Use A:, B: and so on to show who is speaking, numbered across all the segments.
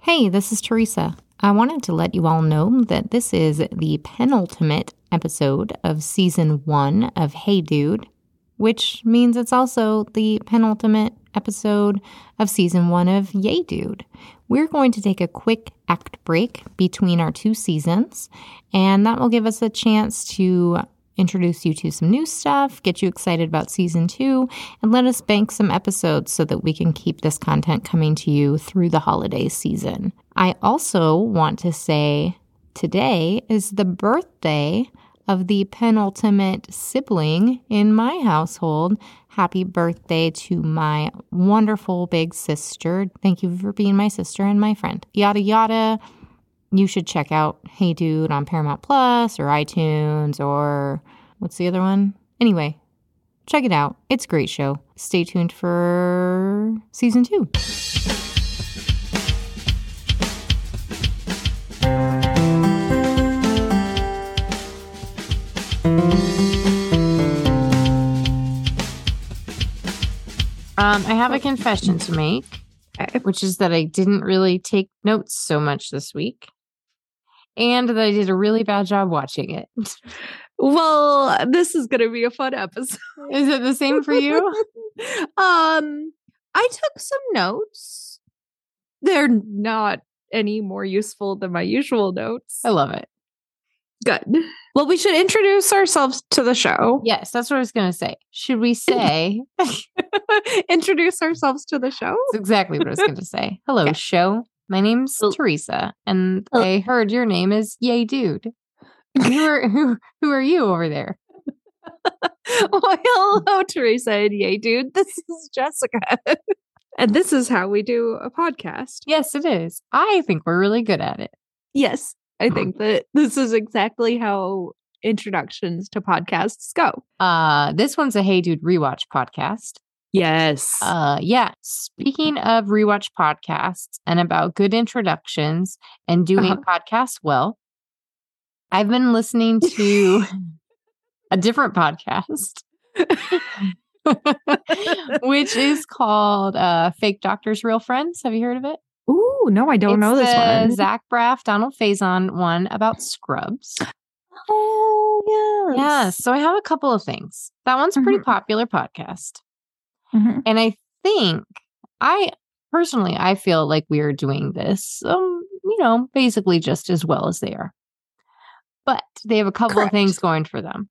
A: Hey, this is Teresa. I wanted to let you all know that this is the penultimate episode of season one of Hey Dude, which means it's also the penultimate episode of season one of Yay Dude. We're going to take a quick act break between our two seasons, and that will give us a chance to introduce you to some new stuff, get you excited about season two, and let us bank some episodes so that we can keep this content coming to you through the holiday season. I also want to say today is the birthday of the penultimate sibling in my household. Happy birthday to my wonderful big sister. Thank you for being my sister and my friend. Yada yada you should check out Hey Dude on Paramount Plus or iTunes or what's the other one? Anyway, check it out. It's a great show. Stay tuned for season two. Um, I have a confession to make, which is that I didn't really take notes so much this week and that I did a really bad job watching it.
B: Well, uh, this is going to be a fun episode.
A: Is it the same for you?
B: um, I took some notes. They're not any more useful than my usual notes.
A: I love it.
B: Good. Well, we should introduce ourselves to the show.
A: Yes, that's what I was going to say. Should we say
B: introduce ourselves to the show.
A: That's exactly what I was going to say. Hello,
B: Okay.
A: show. My name's
B: Hel-
A: Teresa, and
B: Hel-
A: I heard your name is Yay Dude. Who are who? Who are you over there?
B: well, hello, Teresa and Yay Dude. This is Jessica. and this is how we do a podcast.
A: Yes, it is. I think we're really good at it.
B: Yes, I
A: Mhm.
B: think that this is exactly how introductions to podcasts go.
A: Uh, this one's a Hey Dude rewatch podcast.
B: Yes.
A: Uh, yeah. Speaking of rewatch podcasts and about good introductions and doing
B: Uh-huh.
A: podcasts well, I've been listening to a different podcast, which is called uh, Fake Doctors, Real Friends. Have you heard of it?
B: Ooh, no, I don't
A: It's
B: know this
A: the
B: one.
A: Zach Braff, Donald Faison one about Scrubs.
B: oh,
A: Yes. So I have a couple of things. That one's a pretty
B: Mhm.
A: popular podcast.
B: Mhm.
A: And I think I personally I feel like we are doing this um you know basically just as well as they are. But they have a couple
B: Correct.
A: of things going for them.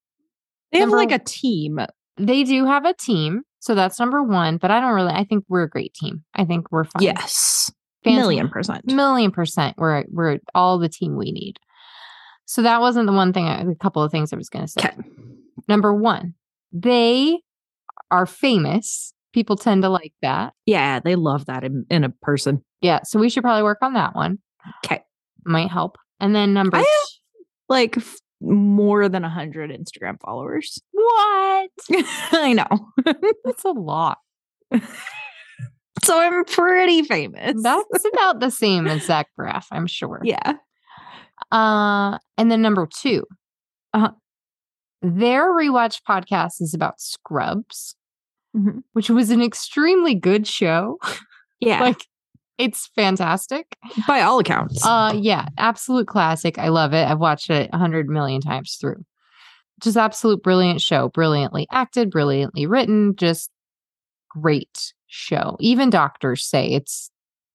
B: They have
A: Number-
B: like a team.
A: They do have a team, so that's number 1, but I don't really I think we're a great team. I think we're fine.
B: Yes.
A: Fans-
B: Million percent.
A: million percent we're we're all the team we need. So that wasn't the one thing I, a couple of things I was going to say.
B: Okay.
A: Number 1, they are famous. People tend to like that.
B: Yeah, they love that in, in a person.
A: Yeah, so we should probably work on that one.
B: 'Kay.
A: Might help. And then number
B: I
A: two,
B: have- Like f- more than 100 Instagram followers.
A: what?
B: I know.
A: That's a lot.
B: So I'm pretty famous.
A: That's about the same as Zach Braff, I'm sure.
B: yeah.
A: Uh, and then number two,
B: Uh-huh.
A: their rewatch podcast is about Scrubs,
B: Mhm.
A: which was an extremely good show.
B: Yeah.
A: like, it's fantastic.
B: by all accounts.
A: Uh, yeah, absolute classic. I love it. I've watched it a hundred million times through. Just absolute brilliant show. Brilliantly acted, brilliantly written. Just great show. Even doctors say it's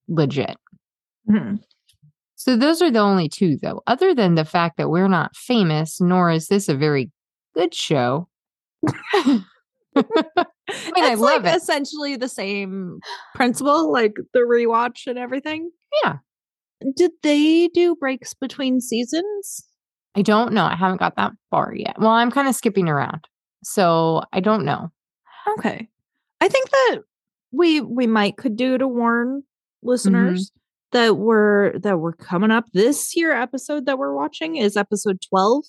A: legit.
B: Mhm.
A: So those are the only two, though. Other than the fact that we're not famous, nor is this a very good show.
B: I
A: mean, I love
B: like
A: it.
B: essentially the same principle, like the rewatch and everything.
A: Yeah.
B: Did they do breaks between seasons?
A: I don't know. I haven't got that far yet. Well, I'm kind of skipping around, so I don't know.
B: Okay. I think that we we might could do to warn listeners that we're that we're coming up this year episode that we're watching is episode 12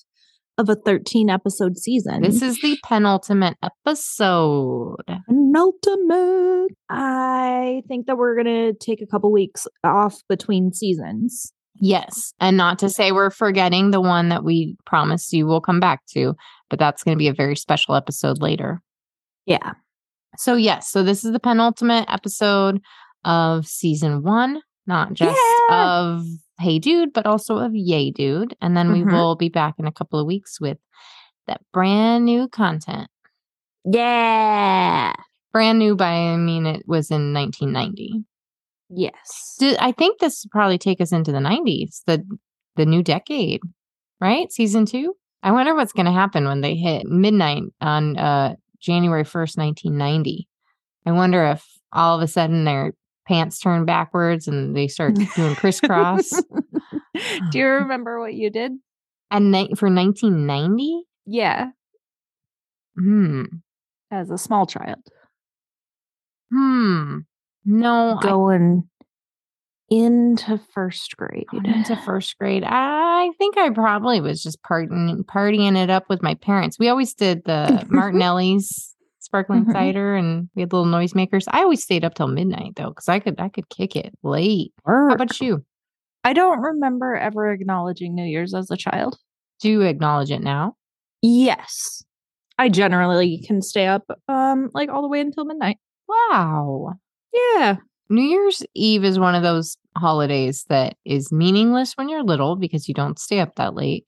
B: of a 13 episode season.
A: This is the penultimate episode.
B: penultimate. I think that we're gonna take a couple weeks off between seasons.
A: Yes. And not to say we're forgetting the one that we promised you we'll come back to, but that's going to be a very special episode later.
B: Yeah.
A: So, yes. So, this is the penultimate episode of season one not just
B: Yeah.
A: of Hey Dude, but also of Yay Dude. And then we
B: Mhm.
A: will be back in a couple of weeks with that brand new content.
B: Yeah.
A: Brand new by I mean it was in 1990.
B: Yes.
A: Do- I think this will probably take us into the 90s, the the new decade, right? Season 2. I wonder what's going to happen when they hit midnight on uh January 1st, 1990. I wonder if all of a sudden their pants turn backwards and they start doing crisscross.
B: Do you remember what you did?
A: and night for 1990?
B: Yeah,
A: Hmm.
B: as a small child.
A: Hmm. No, I
B: Going into first grade.
A: went into first grade. I think I probably was just partying, partying it up with my parents. We always did the Martinelli's sparkling
B: Mhm.
A: cider, and we had little noisemakers. I always stayed up till midnight though, because I could I could kick it late. How about you?
B: I don't remember ever acknowledging New Year's as a child.
A: Do you acknowledge it now?
B: Yes. I generally can stay up um like all the way until midnight.
A: Wow.
B: Yeah.
A: New Year's Eve is one of those holidays that is meaningless when you're little because you don't stay up that late.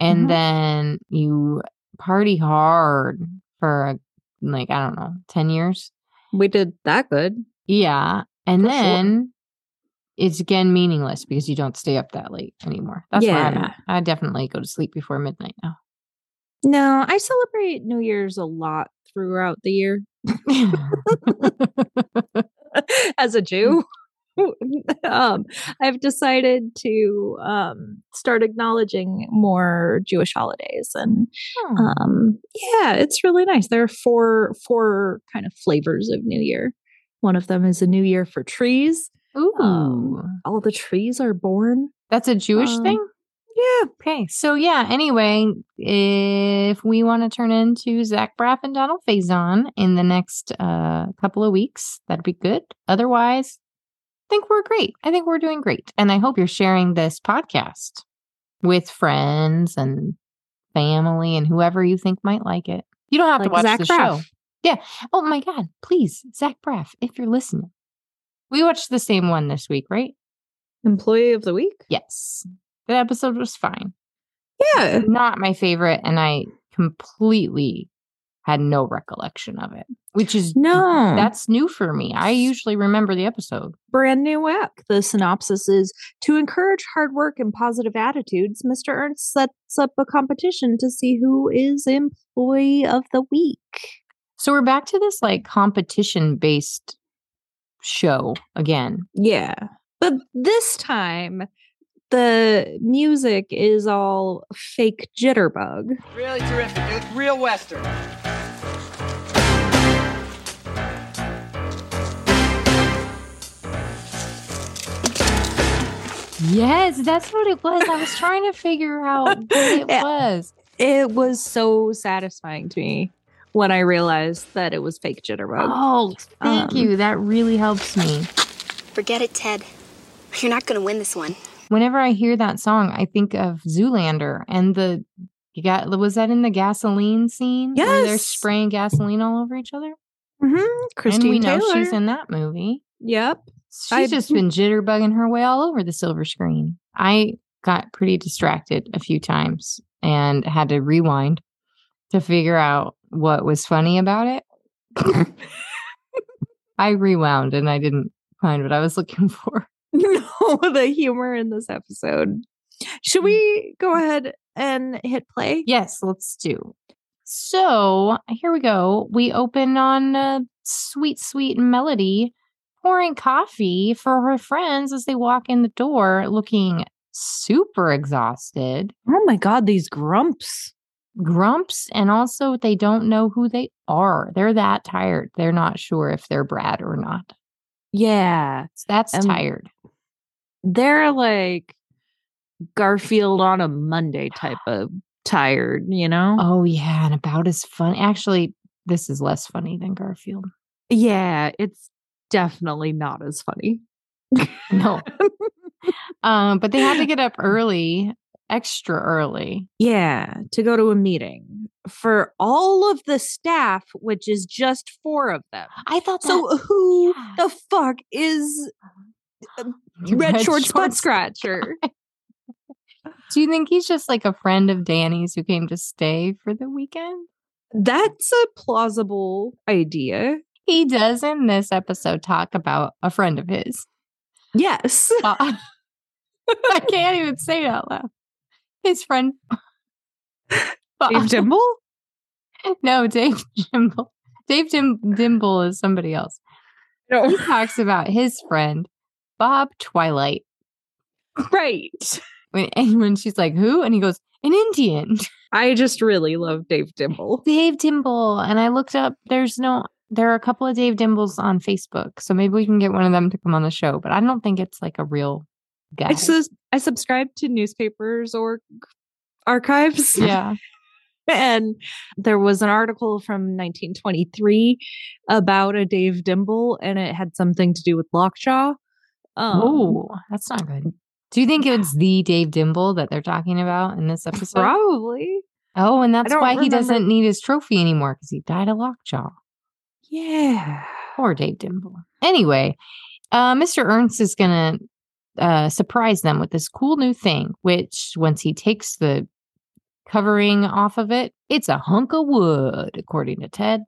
A: And
B: Mhm.
A: then you party hard for like, I don't know, 10 years.
B: We did that good.
A: Yeah. And
B: For sure.
A: then it's again meaningless because you don't stay up that late anymore. That's where I'm
B: Yeah.
A: at. I definitely go to sleep before midnight now.
B: No, I celebrate New Year's a lot throughout the year. as a Jew, um, I've decided to um, start acknowledging more Jewish holidays, and
A: Hmm.
B: um, yeah, it's really nice. There are four four kind of flavors of New Year. One of them is a New Year for trees.
A: Ooh.
B: um, All the trees are born.
A: That's a Jewish
B: um,
A: thing?
B: Yeah,
A: Okay. So yeah, anyway, if we want to turn into Zach Braff and Donald Faison in the next uh, couple of weeks, that'd be good. Otherwise, I think we're great. I think we're doing great. And I hope you're sharing this podcast with friends and family and whoever you think might like it. You don't have to
B: Like
A: watch
B: Zach
A: the
B: Braff.
A: show. Yeah. Oh my God. Please, Zach Braff, if you're listening. We watched the same one this week, right?
B: employee of the week.
A: Yes. That episode was fine
B: Yeah,
A: not my favorite and i completely had no recollection of it which is
B: no,
A: that's new for me i usually remember the episode
B: brand new app. The synopsis is to encourage hard work and positive attitudes, Mr. Ernst sets up a competition to see who is employee of the week.
A: so we're back to this like competition based show again
B: Yeah. But this time the music is all fake jitterbug.
C: Really terrific. They look real Western.
A: yes that's what it was i was trying to figure out what it
B: Yeah.
A: was
B: It was so satisfying to me when I realized that it was fake jitterbug.
A: oh thank
B: Um,
A: you that really helps me
D: Forget it, Ted. You're not going to win this one.
A: whenever i hear that song i think of zoolander and the you got was that in the gasoline scene where they're
B: Yes.
A: spraying gasoline all over each other
B: Mm-hmm.
A: and we
B: Christine
A: know
B: Taylor.
A: she's in that movie.
B: yep.
A: She's
B: I-
A: just been jitterbugging her way all over the silver screen. I got pretty distracted a few times and had to rewind to figure out what was funny about it. I rewound and I didn't find what I was looking for.
B: no the humor in this episode
A: Mm.
B: should we go ahead and hit play
A: Yes, let's do. So here we go. We open on a sweet, sweet melody pouring coffee for her friends as they walk in the door looking super exhausted,
B: oh my god these grumps
A: grumps, and also they don't know who they are. They're that tired. They're not sure if they're Brad or not.
B: yeah
A: That's
B: Um,
A: tired.
B: they're like garfield on a monday type of tired you know
A: Oh, yeah. And about as fun. Actually, this is less funny than Garfield.
B: yeah it's definitely not as funny
A: No. um, but they had to get up early, extra early.
B: yeah to go to a meeting for all of the staff which is just four of them
A: I thought
B: so who
A: yeah.
B: the fuck is Red, shorts, butt
A: shorts.
B: scratcher.
A: Do you think he's just like a friend of Danny's who came to stay for the weekend?
B: That's a plausible idea.
A: He does in this episode talk about a friend of his.
B: Yes.
A: Uh, I can't even say it out loud. His friend.
B: Dave Dimble?
A: no, Dave Dimble. Dave Dim- Dimble is somebody else. He talks about his friend, Bob Twilight.
B: Right.
A: When, and when she's like, who? And he goes, an Indian.
B: I just really love Dave Dimble.
A: Dave Dimble. And I looked up, there's no, there are a couple of Dave Dimbles on Facebook. So maybe we can get one of them to come on the show, but I don't think it's like a real guy.
B: I, sus- I subscribe to newspapers or archives.
A: yeah.
B: And there was an article from 1923 about a Dave Dimble, and it had something to do with lockjaw. Um,
A: oh, that's not good. Do you think it's the Dave Dimble that they're talking about in this episode?
B: probably.
A: Oh, and that's
B: don't
A: why he
B: remember-
A: doesn't need his trophy anymore because he died of lockjaw.
B: Yeah.
A: Poor Dave Dimble. Anyway, uh, Mr. Ernst is going to uh, surprise them with this cool new thing, which once he takes the covering off of it, it's a hunk of wood, according to Ted.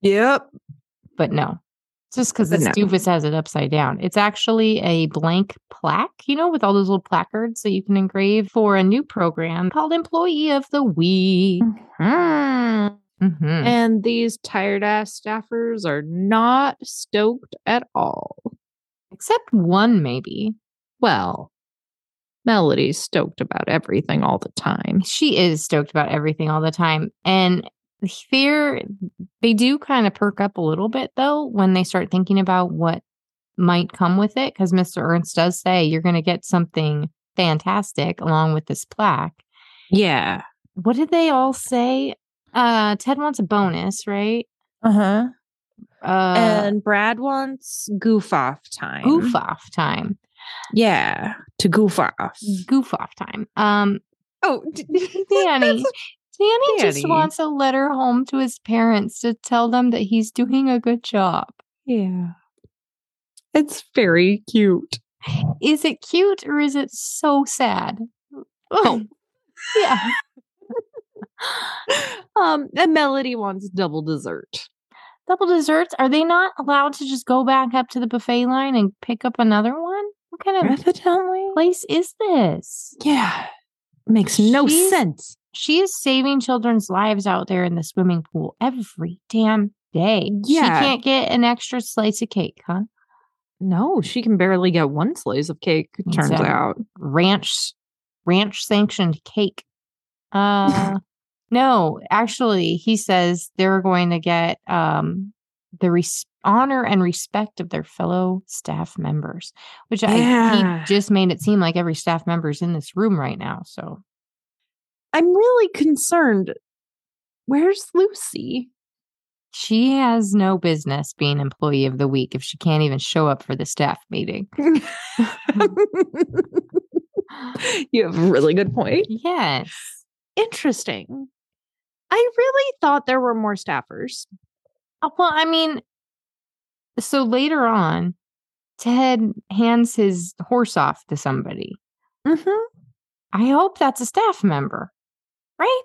B: Yep.
A: But no, just because
B: But
A: this
B: no.
A: doofus has it upside down. It's actually a blank plaque, you know, with all those little placards that you can engrave for a new program called Employee of the Week.
B: Mm-hmm.
A: Mhm.
B: And these tired ass staffers are not stoked at all.
A: Except one, maybe.
B: Well, Melody's stoked about everything all the time.
A: she is stoked about everything all the time and they're they do kind of perk up a little bit though when they start thinking about what might come with it because mr ernst does say you're going to get something fantastic along with this plaque
B: Yeah.
A: what did they all say uh ted wants a bonus right
B: Uh huh.
A: uh
B: and Brad wants goof off time.
A: goof off time
B: Yeah. To goof off.
A: goof off time um
B: Mm. Oh,
A: Danny. Danny just
B: Danny.
A: wants a letter home to his parents to tell them that he's doing a good job.
B: yeah. It's very cute.
A: Is it cute or is it so sad? Oh, yeah.
B: um, and Melody wants double dessert.
A: Double desserts. Are they not allowed to just go back up to the buffet line and pick up another one? What kind of
B: Evidently.
A: place is this?
B: Yeah. Makes no
A: She's-
B: sense.
A: She is saving children's lives out there in the swimming pool every damn day.
B: Yeah.
A: She can't get an extra slice of cake, huh?
B: No, she can barely get one slice of cake, it turns
A: Exactly.
B: out.
A: ranch ranch sanctioned cake. Uh no, actually he says they're going to get um the res- honor and respect of their fellow staff members, which I
B: Yeah.
A: he just made it seem like every staff member is in this room right now. So
B: I'm really concerned. Where's Lucy?
A: she has no business being employee of the week if she can't even show up for the staff meeting.
B: you have a really good point.
A: Yes.
B: Interesting. I really thought there were more staffers.
A: Uh, Well, I mean, so later on, Ted hands his horse off to somebody.
B: Mm-hmm.
A: I hope that's a staff member, right?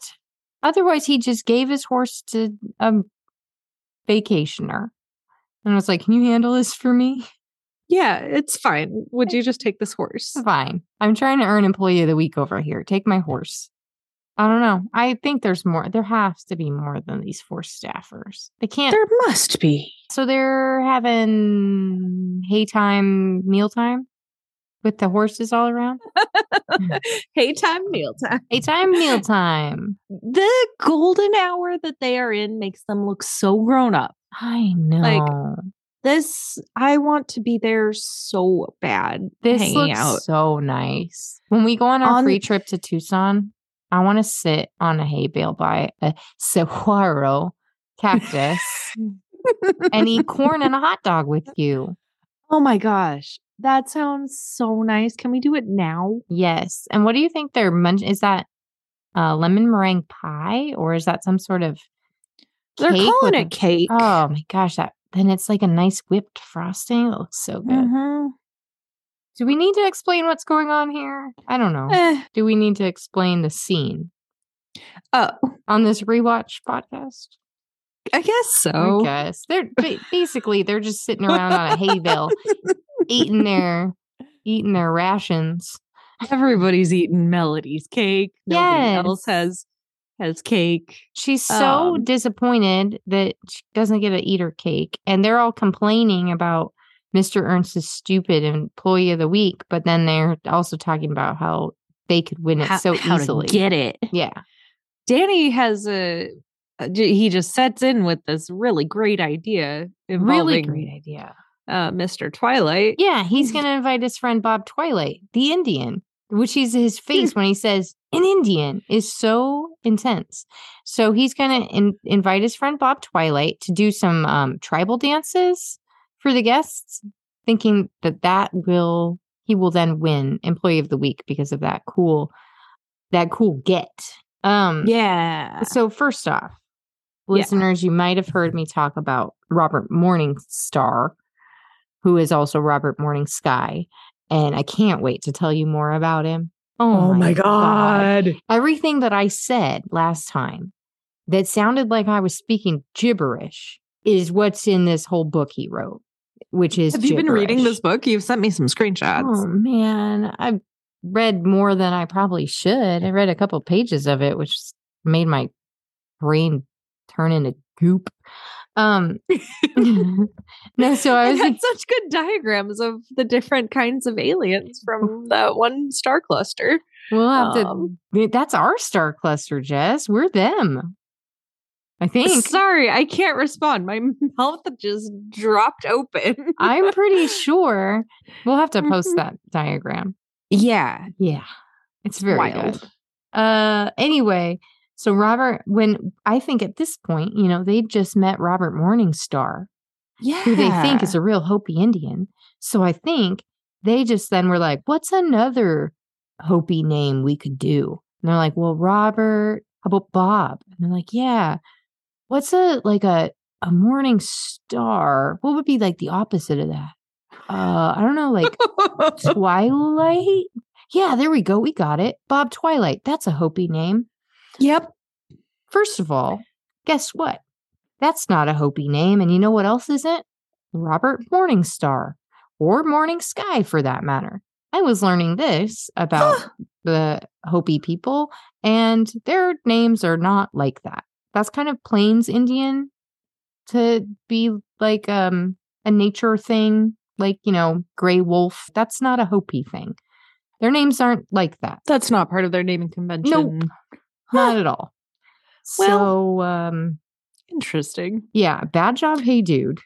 A: Otherwise, he just gave his horse to a vacationer and was like, Can you handle this for me?
B: Yeah, it's fine. Would you just take this horse?
A: It's fine. I'm trying to earn employee of the week over here. Take my horse. I don't know. I think there's more. There has to be more than these four staffers. They can't.
B: There must be.
A: so they're having hay time, meal time with the horses all around.
B: Hey, time, meal time.
A: Hay time, meal time.
B: The golden hour that they are in makes them look so grown up.
A: I know.
B: This, I want to be there so bad.
A: This
B: hanging
A: looks
B: out.
A: so nice. When we go on our
B: On-
A: free trip to Tucson, I want to sit on a hay bale by a saguaro cactus and eat corn and a hot dog with you.
B: oh my gosh, that sounds so nice. Can we do it now?
A: Yes. And what do you think they're munch? Is that uh, lemon meringue pie or is that some sort of?
B: They're
A: Cake
B: calling
A: with
B: it cake.
A: Oh
B: Mm-hmm.
A: my gosh! That then it's like a nice whipped frosting. It looks so good.
B: Mhm.
A: Do we need to explain what's going on here? I don't know.
B: Eh,
A: Do we need to explain the scene
B: oh,
A: on this rewatch podcast?
B: I guess so.
A: I guess they're ba- basically they're just sitting around on a hay bale, eating their eating their rations.
B: Everybody's eating Melody's cake. Nobody
A: Yes.
B: else has has cake.
A: She's so
B: Um,
A: disappointed that she doesn't get to eat her cake, and they're all complaining about Mr. Ernst is stupid employee of the week, but then they're also talking about how they could win it
B: How-
A: so
B: how to
A: easily.
B: get it.
A: yeah,
B: Danny has a uh, j- he just sets in with this really great idea involving
A: really great idea.
B: uh, Mr. Twilight.
A: Yeah, he's going to invite his friend Bob Twilight, the Indian, which is his face when he says an Indian is so intense. So he's going to in- invite his friend Bob Twilight to do some um, tribal dances for the guests, thinking that that will he will then win employee of the week because of that cool that cool get. Um
B: Yeah.
A: so first off,
B: Yeah.
A: listeners, you might have heard me talk about Robert Morningstar, who is also Robert Morning Sky, and I can't wait to tell you more about him. Oh, Everything that I said last time that sounded like I was speaking gibberish is what's in this whole book he wrote, which is
B: Have you been reading
A: gibberish.
B: this book? You've sent me some
A: Oh
B: screenshots.
A: man, I read more than I probably should. I read a couple pages of it, which made my brain turn into goop. Um, no, so Oh, I
B: it
A: was
B: had such good diagrams of the different kinds of
A: Mm.
B: aliens from that one star cluster.
A: we'll have
B: Um,
A: to. That's our star cluster, Jess. We're them. I think.
B: Sorry, I can't respond. My mouth just dropped open.
A: I'm pretty sure we'll have to post
B: Mhm.
A: that diagram.
B: yeah,
A: Yeah, it's very
B: wild.
A: good. Uh, anyway, so Robert, when I think at this point, you know, they just met Robert Morningstar,
B: Yeah,
A: who they think is a real Hopi Indian. So I think they just then were like, "What's another Hopi name we could do?" And they're like, "Well, Robert. How about Bob?" And they're like, "Yeah. What's a like a a morning star? What would be like the opposite of that? Uh, I don't know, like Twilight. Yeah, there we go. We got it. Bob Twilight. That's a Hopi name.
B: yep.
A: First of all, guess what? That's not a Hopi name. And you know what else isn't? Robert Morningstar or Morning Sky for that matter. I was learning this about the Hopi people, and their names are not like that. That's kind of Plains Indian to be like um a nature thing, like, you know, gray wolf. That's not a Hopi thing. Their names aren't like that.
B: That's not part of their naming convention.
A: Not at all.
B: Well-
A: so um
B: Interesting.
A: yeah, bad job, hey dude.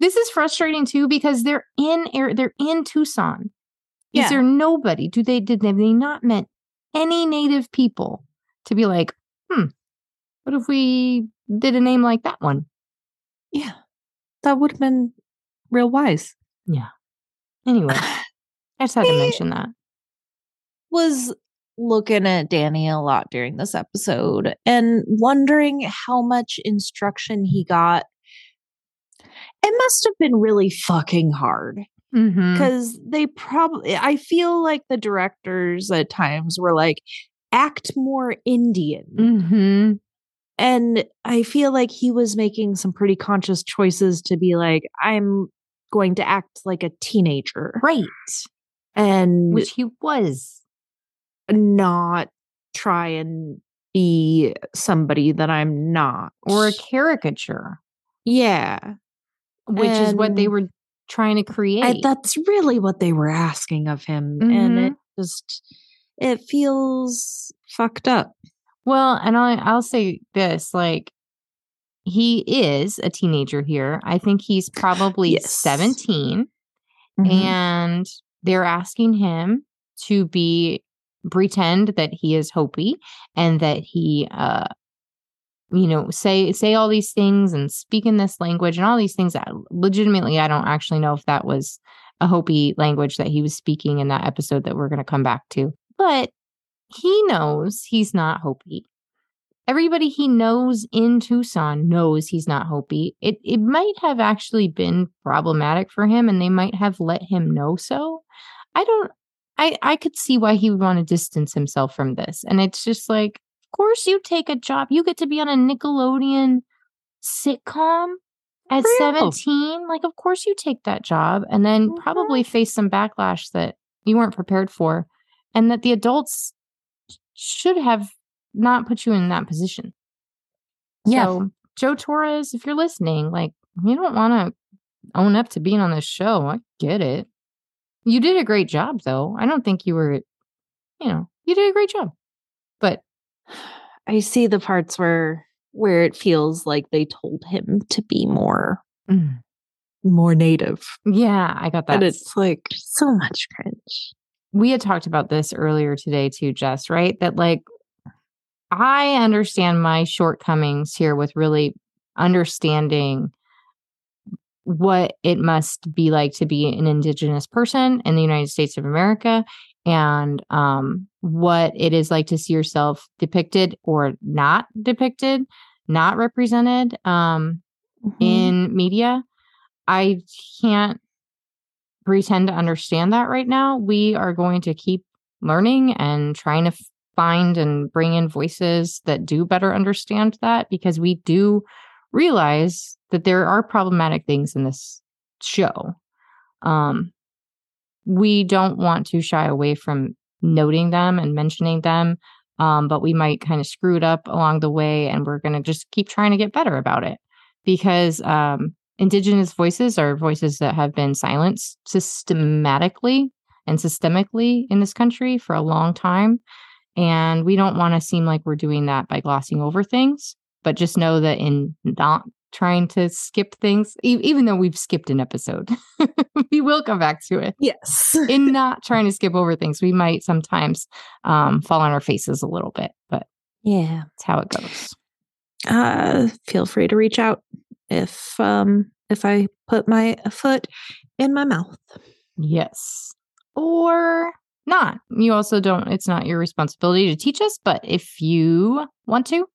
A: This is frustrating too because they're in air, they're in Tucson.
B: Yeah.
A: Is there nobody? Do they did they have they not met any native people to be like, hmm, what if we did a name like that one?
B: Yeah, that would have been real wise.
A: Anyway, I just had to
B: Eh.
A: mention that.
B: was looking at Danny a lot during this episode and wondering how much instruction he got. It must have been really fucking hard
A: Mm-hmm.
B: because they probably, I feel like the directors at times were like, act more Indian.
A: Mm-hmm.
B: And I feel like he was making some pretty conscious choices to be like, I'm going to act like a teenager
A: Right.
B: and
A: Which he was.
B: not try and be somebody that I'm not.
A: Or a caricature,
B: yeah,
A: which is what they
B: And-
A: were trying to create.
B: I, that's really what they were asking of him, and it just it feels fucked up.
A: Well, and I, I'll say this like, he is a teenager here. I think he's probably
B: Yes. Mm-hmm.
A: 17, and they're asking him to be pretend that he is Hopi and that he, uh, you know, say say all these things and speak in this language and all these things that legitimately I don't actually know if that was a Hopi language that he was speaking in that episode that we're going to come back to. But he knows he's not Hopi. Everybody he knows in Tucson knows he's not Hopi. It it might have actually been problematic for him and they might have let him know so. I don't I I could see why he would want to distance himself from this. And it's just like, of course you take a job. You get to be on a Nickelodeon sitcom at
B: Real.
A: 17. Like, of course you take that job and then
B: Mhm.
A: probably face some backlash that you weren't prepared for and that the adults should have not put you in that position.
E: Yeah.
A: So, Joe Torres, if you're listening, like, you don't want to own up to being on this show. I get it. You did a great job, though. I don't think you were, you know, you did a great job. But
B: I see the parts where where it feels like they told him to be more
A: mm,
B: more native.
A: yeah, I got that.
B: and it's like so much cringe.
A: we had talked about this earlier today too, Jess, right? That like I understand my shortcomings here with really understanding what it must be like to be an indigenous person in the United States of America and um what it is like to see yourself depicted or not depicted, not represented um
B: Mm-hmm.
A: in media. I can't pretend to understand that right now. We are going to keep learning and trying to find and bring in voices that do better understand that because we do realize that there are problematic things in this show. Um, we don't want to shy away from noting them and mentioning them, um, but we might kind of screw it up along the way, and we're going to just keep trying to get better about it because um, indigenous voices are voices that have been silenced systematically and systemically in this country for a long time and we don't want to seem like we're doing that by glossing over things but just know that in not trying to skip things e- even though we've skipped an episode we will come back to it
B: Yes.
A: in not trying to skip over things we might sometimes um, fall on our faces a little bit but
B: Yeah.
A: that's how it goes
B: Uh feel free to reach out if um if I put my foot in my mouth.
A: Yes. Or not. You also don't, it's not your responsibility to teach us, but if you want to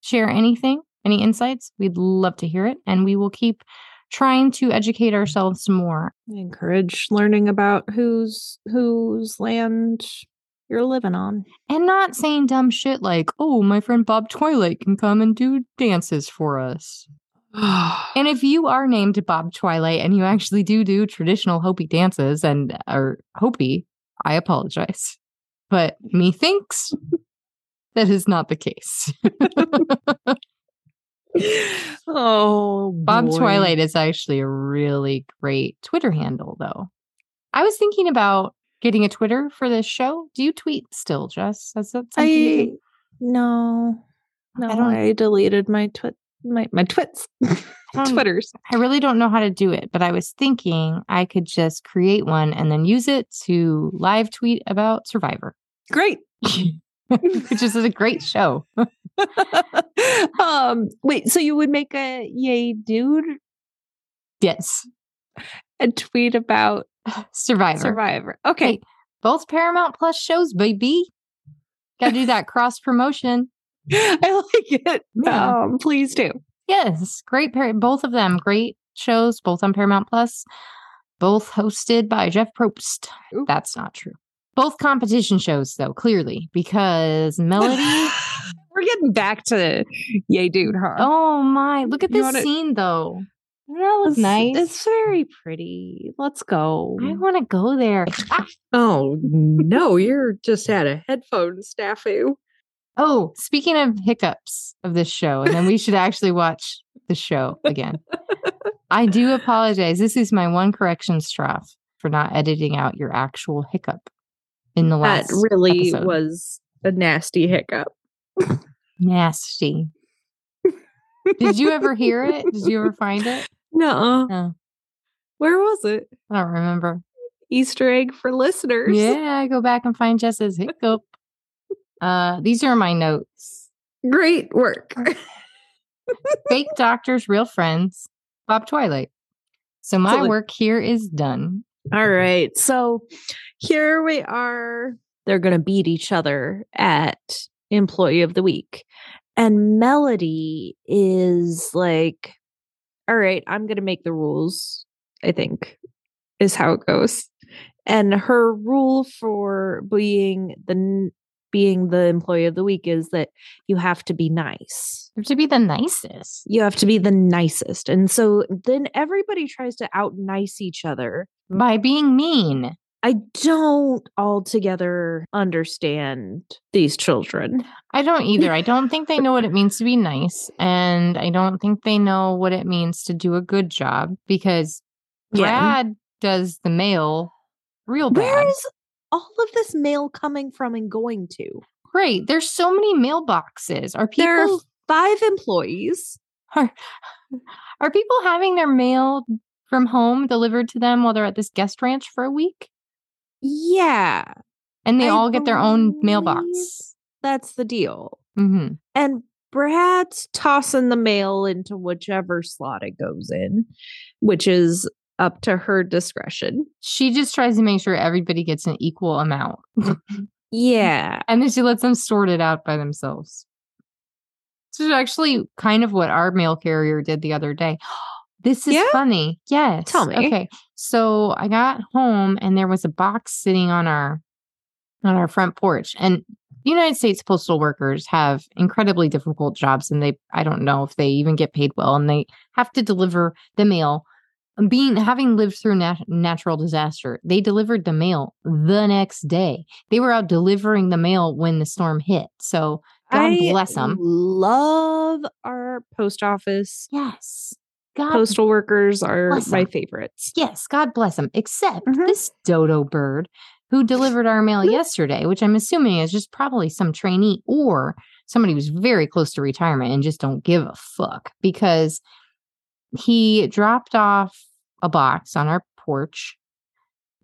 A: share anything, any insights, we'd love to hear it. And we will keep trying to educate ourselves more.
B: Encourage learning about whose whose land you're living on.
A: And not saying dumb shit like, oh, my friend Bob Twilight can come and do dances for us. And if you are named Bob Twilight and you actually do do traditional Hopi dances and are Hopi, I apologize. But methinks that is not the case.
B: oh
A: Bob
B: boy.
A: Twilight is actually a really great Twitter handle, though. I was thinking about getting a Twitter for this show. Do you tweet still, Jess? Is that something you
B: I
A: do?
B: no, no. I,
A: don't-
B: deleted my twit, my my twits, um,
A: don't-
B: twitters.
A: I really don't know how to do it, but I was thinking I could just create one and then use it to live tweet about Survivor,
B: Great.
A: which is a great show.
B: um, wait. So you would make a yay dude
A: Yes.
B: a tweet about
A: Survivor.
B: Survivor? Okay.
A: Hey. Both Paramount Plus shows, baby. Gotta do that cross promotion.
B: I like it.
A: Yeah.
B: Um, please do.
A: Yes, great. Par- both of them, great shows, both on Paramount Plus, both hosted by Jeff Probst.
B: Ooh.
A: That's not true. Both competition shows, though, clearly, because Melody.
B: We're getting back to yay dude, huh?
A: oh my, look at
B: You
A: this
B: wanna-
A: scene, though. That was nice.
B: It's very pretty. Let's go.
A: I want to go there. Ah!
E: Oh no, you're just had a
B: Headphone snafu.
A: Oh, speaking of hiccups of this show, and then we should actually watch the show again. I do apologize. This is my one correction straff for not editing out your actual hiccup in the
B: That
A: last
B: really
A: episode.
B: was a nasty hiccup.
A: nasty. Did you ever hear it? Did you ever find it?
B: No.
A: No.
B: Where was it?
A: I don't remember.
B: Easter egg for listeners.
A: Yeah, go back and find Jess's hiccup. Uh, these are my notes.
E: great work.
A: fake doctors, real friends, Bob Twilight. So my
B: Absolutely.
A: work here is done.
B: All right. So here we are. They're going to beat each other at employee of the week. And Melody is like, all right, I'm going to make the rules, I think is how it goes. and her rule for being the n- being the employee of the week is that you have to be nice.
A: You have to be the nicest.
B: You have to be the nicest. And so then everybody tries to out nice each other.
A: By being mean.
B: I don't altogether understand these children.
A: I don't either. I don't think they know what it means to be nice. And I don't think they know what it means to do a good job because Brad does the mail real Oh, bad.
B: Where is all of this mail coming from and going to?
A: Great. There's so many mailboxes. Are people
B: There are five employees.
A: are people having their mail from home delivered to them while they're at this guest ranch for a week?
B: Yeah.
A: And they
B: I
A: all get their own
B: believe
A: mailbox.
B: That's the deal.
A: hmm
B: And Brad's tossing the mail into whichever slot it goes in, which is up to her
A: Mm,
B: discretion.
A: She just tries to make sure everybody gets an equal amount.
B: Yeah.
A: And then she lets them sort it out by themselves. This is actually kind of what our mail carrier did the other day. This is
B: Yeah?
A: funny. Yes.
B: Tell me.
A: Okay. So I got home and there was a box sitting on our on our front porch. And the United States postal workers have incredibly difficult jobs and they I don't know if they even get paid well and they have to deliver the mail. Being having lived through nat- natural disaster, they delivered the mail the next day. They were out delivering the mail when the storm hit. So God
B: I
A: bless 'em.
B: Love our post office.
A: yes, God,
B: Postal workers are
A: bless
B: my
A: 'em.
B: favorites.
A: yes, God bless them. Except
B: Mhm.
A: this dodo bird who delivered our mail yesterday, which I'm assuming is just probably some trainee or somebody who's very close to retirement and just don't give a fuck because he dropped off a box on our porch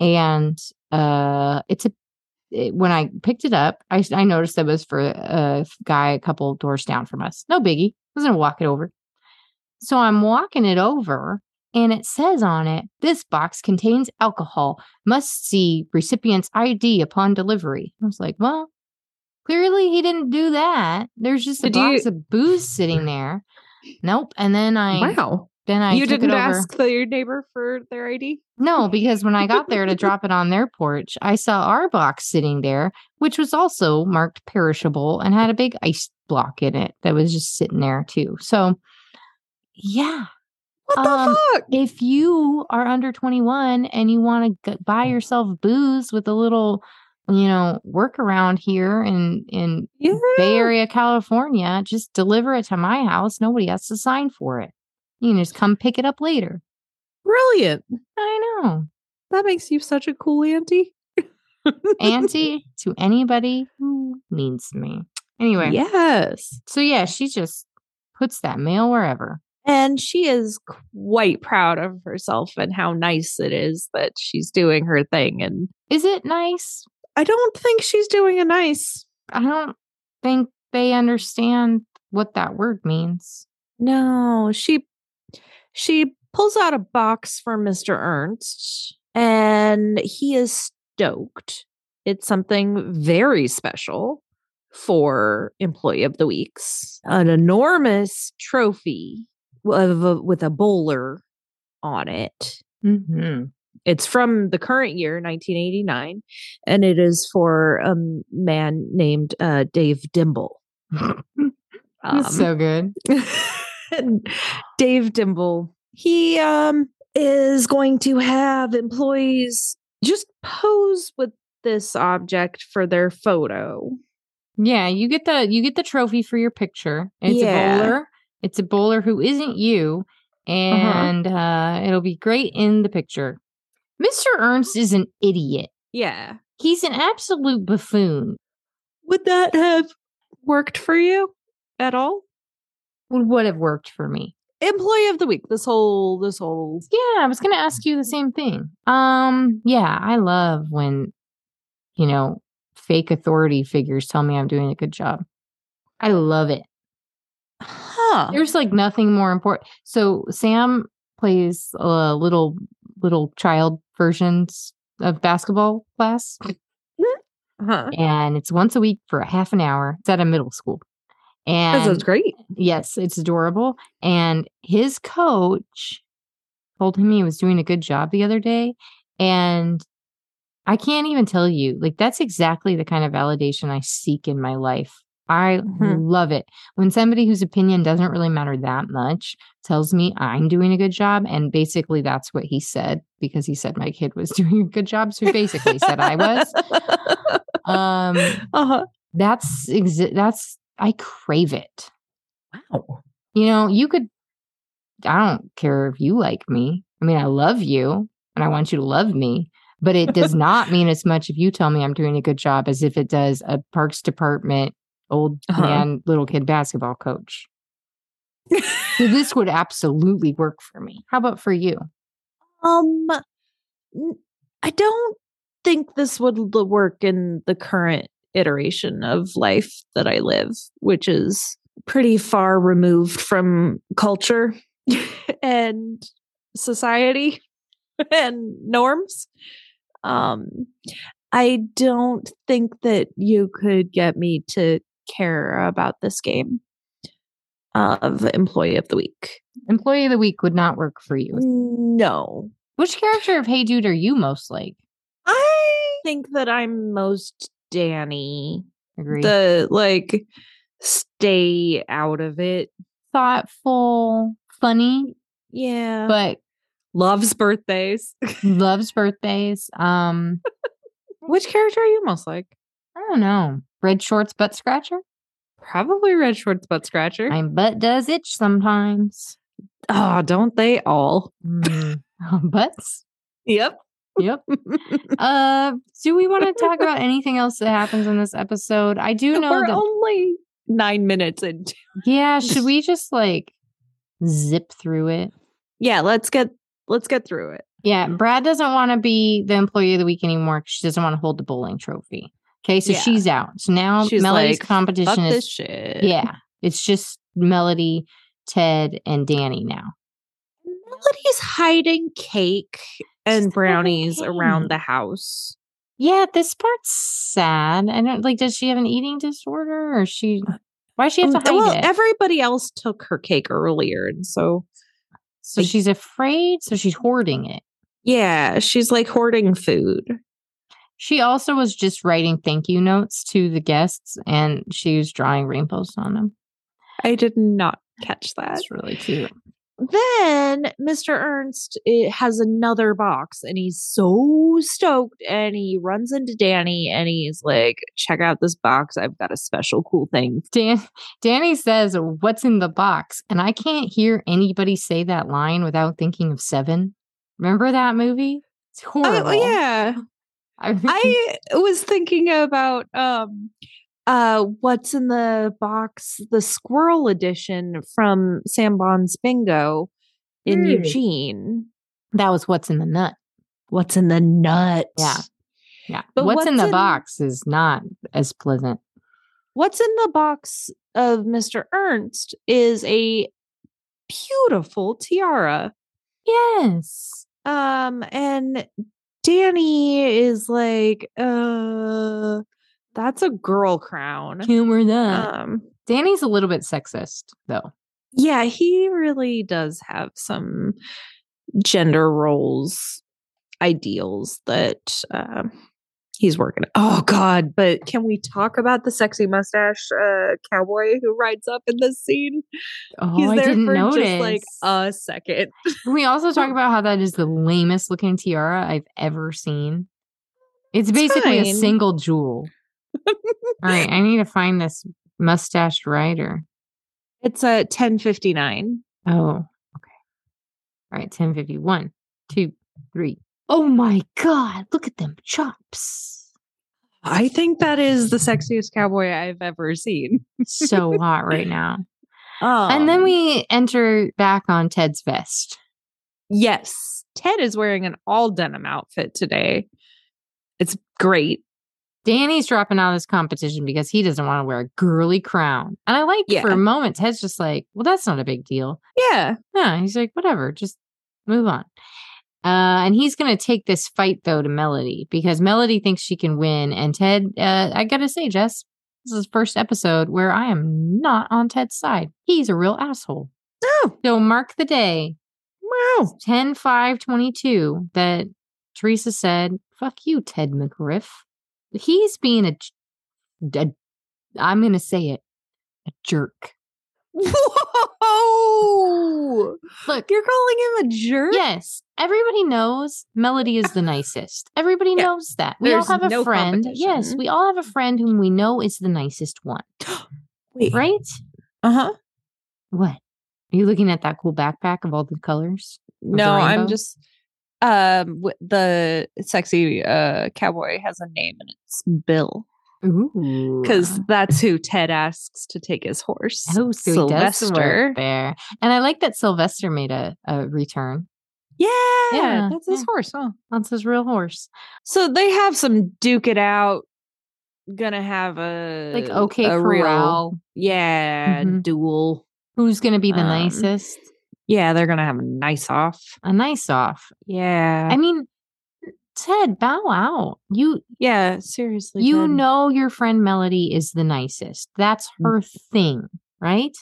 A: and uh it's a it, when i picked it up I, s- I noticed that it was for a guy a couple doors down from us no biggie i was gonna walk it over so i'm walking it over and it says on it this box contains alcohol must see recipient's id upon delivery i was like well clearly he didn't do that there's just a
B: Did you-
A: box of booze sitting there nope and then i
E: Wow.
A: then I
B: you
A: took
B: didn't
A: it over.
B: ask the, your neighbor for their ID?
A: No, because when I got there to drop it on their porch, I saw our box sitting there, which was also marked perishable and had a big ice block in it that was just sitting there too. So, yeah,
E: What
A: Um,
E: the fuck?
A: if you are under 21 and you want to buy yourself booze with a little, you know, workaround here in in
B: Yeah.
A: Bay Area, California, just deliver it to my house. Nobody has to sign for it. You can just come pick it up later.
B: Brilliant.
A: I know.
B: That makes you such a cool auntie.
A: auntie to anybody who needs me. Anyway,
B: Yes.
A: so yeah, she just puts that mail wherever.
B: And she is quite proud of herself and how nice it is that she's doing her thing. And
A: Is it nice?
B: I don't think she's doing a nice.
A: I don't think they understand what that word means.
B: No, she she pulls out a box for Mr. Ernst and he is stoked. It's something very special for employee of the weeks. An enormous trophy of a, with a bowler on it.
A: Mm-hmm.
B: It's from the current year, 1989, and it is for a m- man named uh, Dave Dimble. Um,
A: so good.
B: and Dave Dimble, he um, is going to have employees just pose with this object for their photo.
A: Yeah, you get the you get the trophy for your picture. It's
B: Yeah. Uh-huh.
A: a bowler. It's a bowler who isn't you, and uh it'll be great in the picture. Mr. Ernst is an idiot.
B: Yeah.
A: He's an absolute buffoon.
B: Would that have worked for you at all?
A: would would have worked for me.
B: Employee of the week. This whole this whole
A: Yeah, I was going to ask you the
B: Mm-hmm.
A: same thing. Um, yeah, I love when you know, fake authority figures tell me I'm doing a good job. I love it.
B: huh.
A: There's like nothing more important. So Sam plays uh, little little child versions of basketball class
B: huh.
A: and it's once a week for a half an hour. It's at a middle school. And
B: That sounds great.
A: Yes, it's adorable. And his coach told him he was doing a good job the other day. And I can't even tell you. Like that's exactly the kind of validation I seek in my life. I
B: Mhm.
A: love it when somebody whose opinion doesn't really matter that much tells me I'm doing a good job. And basically, that's what he said because he said my kid was doing a good job. So he basically said I was. Um,
B: uh-huh.
A: that's exi- that's I crave it.
E: Wow.
A: You know, you could. I don't care if you like me. I mean, I love you, and I want you to love me. But it does not mean as much if you tell me I'm doing a good job as if it does a Parks Department old
B: Uh-huh.
A: man, little kid basketball coach. so this would absolutely work for me. How about for you?
B: Um, n- I don't think this would l- work in the current iteration of life that I live, which is pretty far removed from culture and society and norms. Um, I don't think that you could get me to care about this game of employee of the week.
A: Employee of the week would not work for you.
B: Mm. No,
A: Which character of Hey Dude are you most like?
B: I think that I'm most Danny.
A: Agree.
B: The like stay out of it.
A: thoughtful, funny,
B: Yeah. But
A: but
B: loves birthdays.
A: loves birthdays. Um,
B: Which character are you most like?
A: I don't know. Red shorts, butt scratcher.
B: Probably Red Shorts Butt Scratcher.
A: My butt does itch sometimes.
B: oh, don't they all?
A: Mm. Butts.
B: Yep.
A: Yep. Uh, do we want to talk about anything else that happens in this episode? I do know
B: We're
A: that.
B: only nine minutes into
A: yeah. Should we just like zip through it?
B: Yeah, let's get let's get through it.
A: Yeah, Brad doesn't want to be the employee of the week anymore. 'cause She doesn't want to hold the bowling trophy. Okay, so
B: Yeah.
A: she's out. So now
B: She's
A: Melody's
B: like, Fuck
A: competition is
B: this shit.
A: yeah, it's just Melody, Ted, and Danny now.
B: Melody's hiding cake and
A: hiding
B: brownies around
A: cake.
B: the house.
A: Yeah, this part's sad. I don't like. Does she have an eating disorder, or she? Why does she have to
B: Um,
A: hide
B: well,
A: it?
B: everybody else took her cake earlier, and so
A: so she's afraid. So she's hoarding it.
B: yeah, she's like hoarding food.
A: She also was just writing thank you notes to the guests, and she was drawing rainbows on them.
B: I did not catch that.
A: That's really cute.
B: Then Mr. Ernst it has another box, and he's so stoked, and he runs into Danny, and he's like, "Check out this box! I've got a special cool thing."
A: Dan, Danny says, "What's in the box?" And I can't hear anybody say that line without thinking of Seven. Remember that movie? It's horrible.
B: Oh, yeah,
A: I,
B: I was thinking about um uh what's in the box the squirrel edition from Sam Bonds Bingo in
E: Hmm.
B: Eugene.
A: that was what's in the nut.
B: What's in the nut?
A: Yeah. Yeah.
B: But
A: what's, in
B: what's
A: the
B: in-
A: box is not as pleasant.
B: What's in the box of Mr. Ernst is a beautiful tiara.
A: Yes.
B: Um and Danny is like uh that's a girl crown.
A: Can't wear that.
B: Um
A: Danny's a little bit sexist, though.
B: Yeah, he really does have some gender roles ideals that um, he's working. Oh God! But can we talk about the sexy mustache uh, cowboy who rides up in this scene?
A: Oh, I didn't notice.
B: just like a second.
A: Can we also talk about how that is the lamest looking tiara I've ever seen? It's
B: It's
A: basically a
B: fine.
A: single jewel. All right. I need to find this mustached rider.
B: It's a ten fifty nine.
A: Oh, okay. All right. 1050. One, two, three. Oh my God. Look at them chops.
B: I think that is the sexiest cowboy I've ever seen.
A: So hot right now.
B: Um,
A: and then we enter back on Ted's vest.
B: yes, Ted is wearing an all denim outfit today. It's great.
A: Danny's dropping out of this competition because he doesn't want to wear a girly crown. And I like
B: Yeah.
A: for a moment, Ted's just like, well, that's not a big deal.
B: Yeah.
A: Yeah. He's like, whatever, just move on. Uh, and he's going to take this fight, though, to Melody because Melody thinks she can win. And Ted, uh, I got to say, Jess, this is the first episode where I am not on Ted's side. He's a real asshole.
B: Oh,
A: So mark the day
B: wow.
A: 10 5 22 that Teresa said Fuck you, Ted McGriff. He's being a, j- a I'm going to say it, a jerk.
B: Whoa!
A: Look,
B: You're calling him a jerk?
A: yes, everybody knows Melody is the nicest. Everybody
B: Yeah.
A: knows that. We all
B: There's
A: have a
B: no
A: friend. Yes,
B: competition. Mm-hmm.
A: we all have a friend whom we know is the nicest one,
B: Wait.
A: right?
B: Uh huh.
A: What? Are you looking at that cool backpack of all the colors?
B: No, I'm
A: rainbow?
B: just. Um, w- the sexy uh cowboy has a name and it's Bill
A: Ooh.
B: because that's who Ted asks to take his horse.
A: Oh, so he does work there. And I like that Sylvester made a, a return.
B: Yeah,
A: Yeah,
B: that's his
A: yeah.
B: horse. Huh?
A: That's his real horse.
B: So they have some duke it out. Gonna have a
A: Like, okay,
B: a real-
A: Corral,
B: yeah
A: Mhm.
B: duel.
A: who's going to be the
B: Um,
A: nicest?
B: Yeah, they're gonna have a nice off.
A: A nice off.
B: Yeah,
A: I mean, Ted, bow out. You
B: yeah. Seriously,
A: you
B: Ben.
A: know your friend Melody is the nicest. That's her thing, right?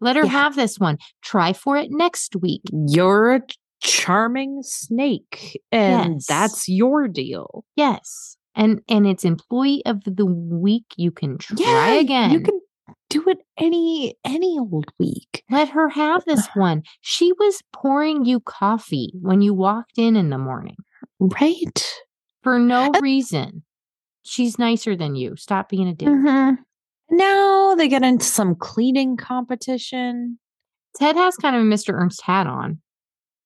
A: Let her
B: Mm. Yeah.
A: have this one. Try for it next week.
B: you're a charming snake, and
A: Yes.
B: that's your deal.
A: Yes. And and it's employee of the week. You can try again.
B: You can do it any any old week.
A: Let her have this one. She was pouring you coffee when you walked in in the morning
B: Right.
A: for no
B: And-
A: reason. She's nicer than you. Stop being a dick.
B: Mm-hmm.
A: Mm-hmm.
B: Now they get into some cleaning competition.
A: Ted has kind of a Mr. Ernst hat on.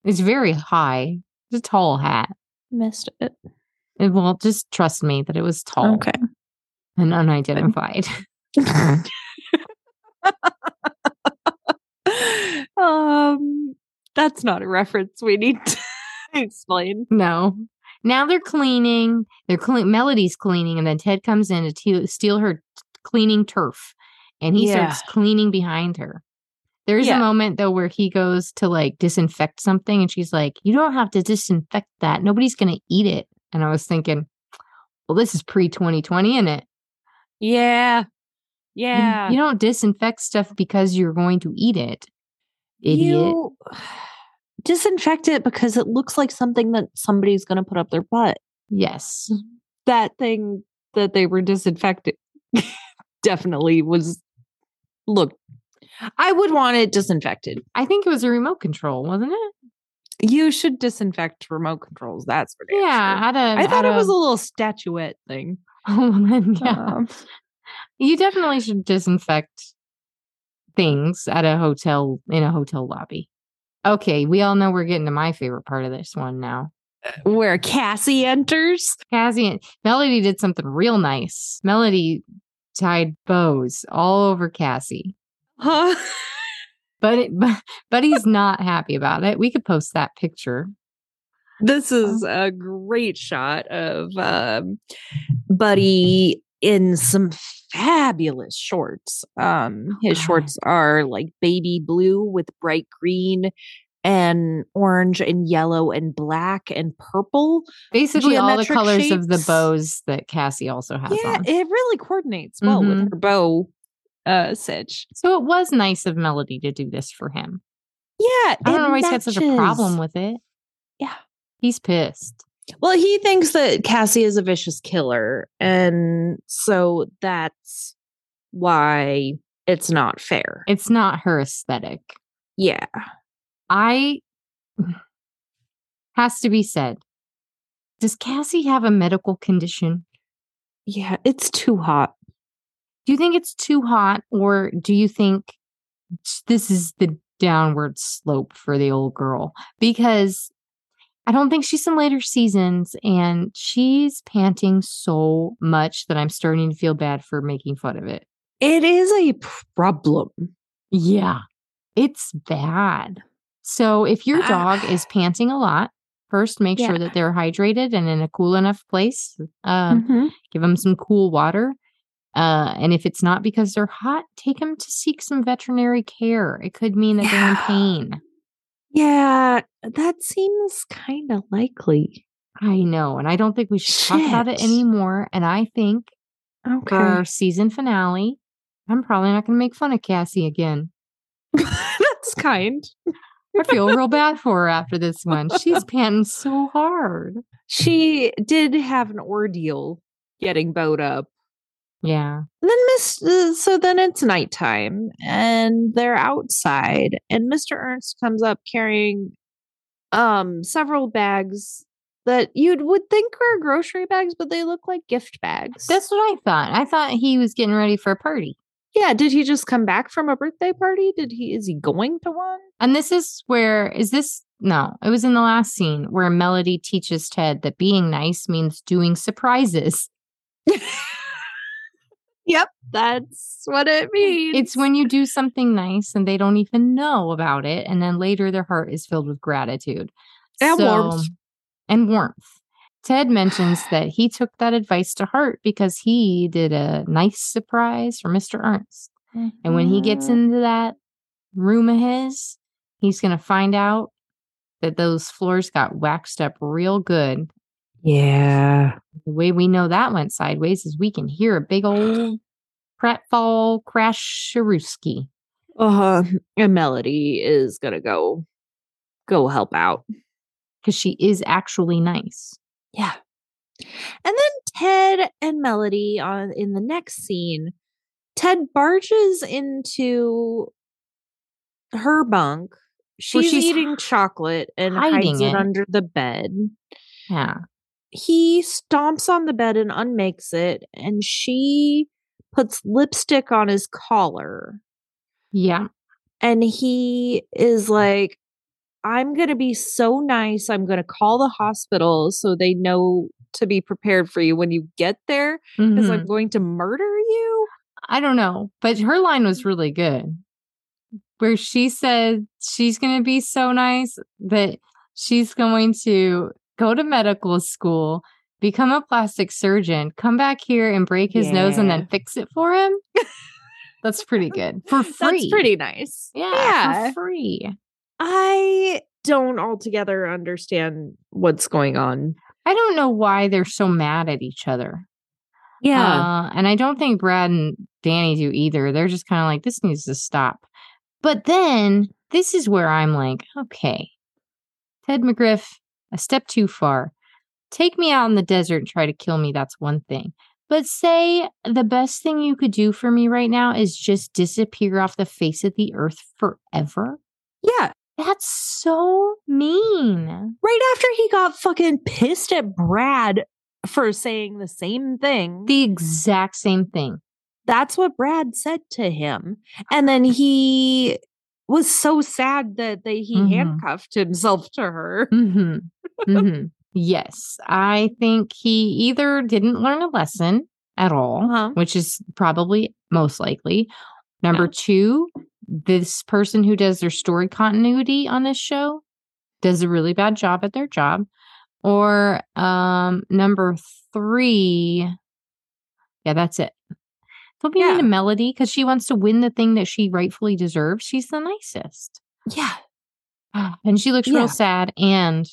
A: It's very high. It's a tall hat.
B: Missed it.
A: And well, just trust me that it was tall and unidentified.
B: um, that's not a reference we need to explain.
A: no. Now they're cleaning. They're clean. Melody's cleaning, and then Ted comes in to te- steal her t- cleaning turf, and he
B: Yeah.
A: starts cleaning behind her. There is
B: Yeah.
A: a moment though where he goes to like disinfect something, and she's like, "You don't have to disinfect that. Nobody's gonna eat it." And I was thinking, "Well, this is pre twenty twenty, isn't it?" Mm,
B: Yeah.
A: You-
B: Yeah.
A: You don't disinfect stuff because you're going to eat it. Idiot.
B: You disinfect it because it looks like something that somebody's going to put up their butt.
A: yes.
B: That thing that they were disinfecting definitely was. Look, I would want it disinfected.
A: I think it was a remote control, wasn't it?
B: You should disinfect remote controls. That's for damn
A: Yeah.
B: sure.
A: At a,
B: I thought
A: at
B: it was a
A: A,
B: little statuette thing.
A: oh, man, yeah.
B: Um,
A: you definitely should disinfect things at a hotel in a hotel lobby. Okay, we all know we're getting to my favorite part of this one now.
B: where Cassie enters.
A: Cassie and Melody did something real nice. Melody tied bows all over Cassie.
B: Huh?
A: but it, but, but he's not happy about it. We could post that picture.
B: This
A: Uh-huh.
B: is a great shot of um, Buddy in some fabulous shorts. Um, his
A: God.
B: shorts are like baby blue with bright green and orange and yellow and black and purple.
A: Basically, all the
B: Geometric
A: colors of the
B: shapes.
A: bows that Cassie also has
B: yeah,
A: on.
B: it really coordinates well with
A: Mhm.
B: her bow uh, sitch.
A: so it was nice of Melody to do this for him.
B: Yeah,
A: I don't
B: it
A: know why he's got such a problem
B: matches.
A: with it.
B: Yeah.
A: he's pissed.
B: Well, he thinks that Cassie is a vicious killer. And so that's why it's not fair.
A: It's not her aesthetic.
B: Yeah.
A: I has to be said. Does Cassie have a medical condition?
B: Yeah. It's too hot.
A: Do you think it's too hot, or do you think s- this is the downward slope for the old girl? Because I don't think she's in later seasons, and she's panting so much that I'm starting to feel bad for making fun of it.
B: It is a problem.
A: Yeah, it's bad. So if your
B: Ah.
A: dog is panting a lot, first make
B: Yeah.
A: sure that they're hydrated and in a cool enough place. Um,
B: Mm-hmm.
A: give them some cool water. Uh, and if it's not because they're hot, take them to seek some veterinary care. It could mean that they're in
B: Yeah.
A: pain.
B: Yeah. That seems kind of likely.
A: I know. And I don't think we should talk about it
B: Shit.
A: anymore. And I think for
B: Um,
A: our season finale, I'm probably not going to make fun of Cassie again.
B: That's kind.
A: I feel real bad for her after this one. She's panting so hard.
B: She did have an ordeal getting bowed up.
A: Yeah.
B: And then Miss, uh, so then it's nighttime and they're outside, and Mr. Ernst comes up carrying um several bags that you would think are grocery bags, but they look like gift bags.
A: That's what I thought. I thought he was getting ready for a party.
B: yeah. Did he just come back from a birthday party? Did he? Is he going to one?
A: And this is where is this no, it was in the last scene where Melody teaches Ted that being nice means doing surprises.
B: Yep, that's what it means.
A: It's when you do something nice and they don't even know about it. And then later their heart is filled with gratitude
B: And warmth.
A: And warmth. Ted mentions that he took that advice to heart because he did a nice surprise for Mr. Ernst. And when he
B: Mm.
A: gets into that room of his, he's going to find out that those floors got waxed up real good.
B: Mm-hmm.
E: Yeah.
A: The way we know that went sideways is we can hear a big old pratfall crash sharooski.
B: uh, and Melody is gonna go, go help out.
A: because she is actually nice.
B: Yeah. And then Ted and Melody on in the next scene, Ted barges into her bunk. She's,
A: Well, she's
B: eating chocolate and hides
A: hiding
B: it,
A: it.
B: under the bed.
A: Yeah.
B: He stomps on the bed and unmakes it, and she puts lipstick on his collar.
A: Yeah.
B: and he is like i'm going to be so nice i'm going to call the hospital so they know to be prepared for you when you get there because
A: Mhm.
B: i'm going to murder you
A: I don't know, but her line was really good where she said she's going to be so nice that she's going to go to medical school, become a plastic surgeon, come back here and break his nose and
B: Yeah.
A: then fix it for him. That's pretty good. For free.
B: that's pretty nice
A: Yeah,
B: Yeah.
A: For free.
B: i don't altogether understand what's going on
A: I don't know why they're so mad at each other.
B: Um,
A: Uh, and I don't think Brad and Danny do either. They're just kind of like, this needs to stop. But then this is where I'm like, okay, Ted McGriff, a step too far. Take me out in the desert and try to kill me. That's one thing. But say the best thing you could do for me right now is just disappear off the face of the earth forever.
B: yeah
A: That's so mean.
B: right after he got fucking pissed at brad for saying the same thing
A: The exact same thing.
B: that's what Brad said to him. And then he was so sad that they, he
A: Mhm.
B: handcuffed himself to her.
A: hmm hmm Yes, I think he either didn't learn a lesson at all,
B: Uh-huh.
A: which is probably most likely. Number two, this person who does their story continuity on this show does a really bad job at their job. Or um, number three, yeah, that's it. Don't be mean
B: Yeah.
A: to Melody because she wants to win the thing that she rightfully deserves. She's the nicest.
B: Yeah.
A: Ah, And she looks
B: Yeah.
A: real sad, and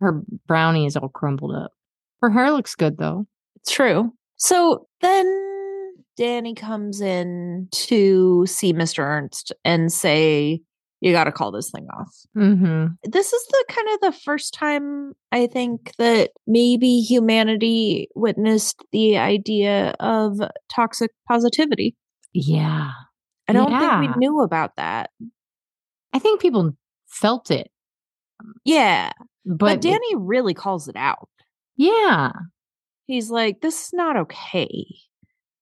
A: her brownie is all crumbled up. Her hair looks good though.
B: True. So then Danny comes in to see Mr. Ernst and say, You got to call this thing off.
A: Mm-hmm.
B: This is the kind of the first time I think that maybe humanity witnessed the idea of toxic positivity.
A: Yeah,
B: I don't think
A: Yeah.
B: we knew about that.
A: I think people felt it,
B: Yeah.
A: but,
B: But,
A: it-
B: Danny really calls it out.
A: yeah,
B: He's like, "This is not okay.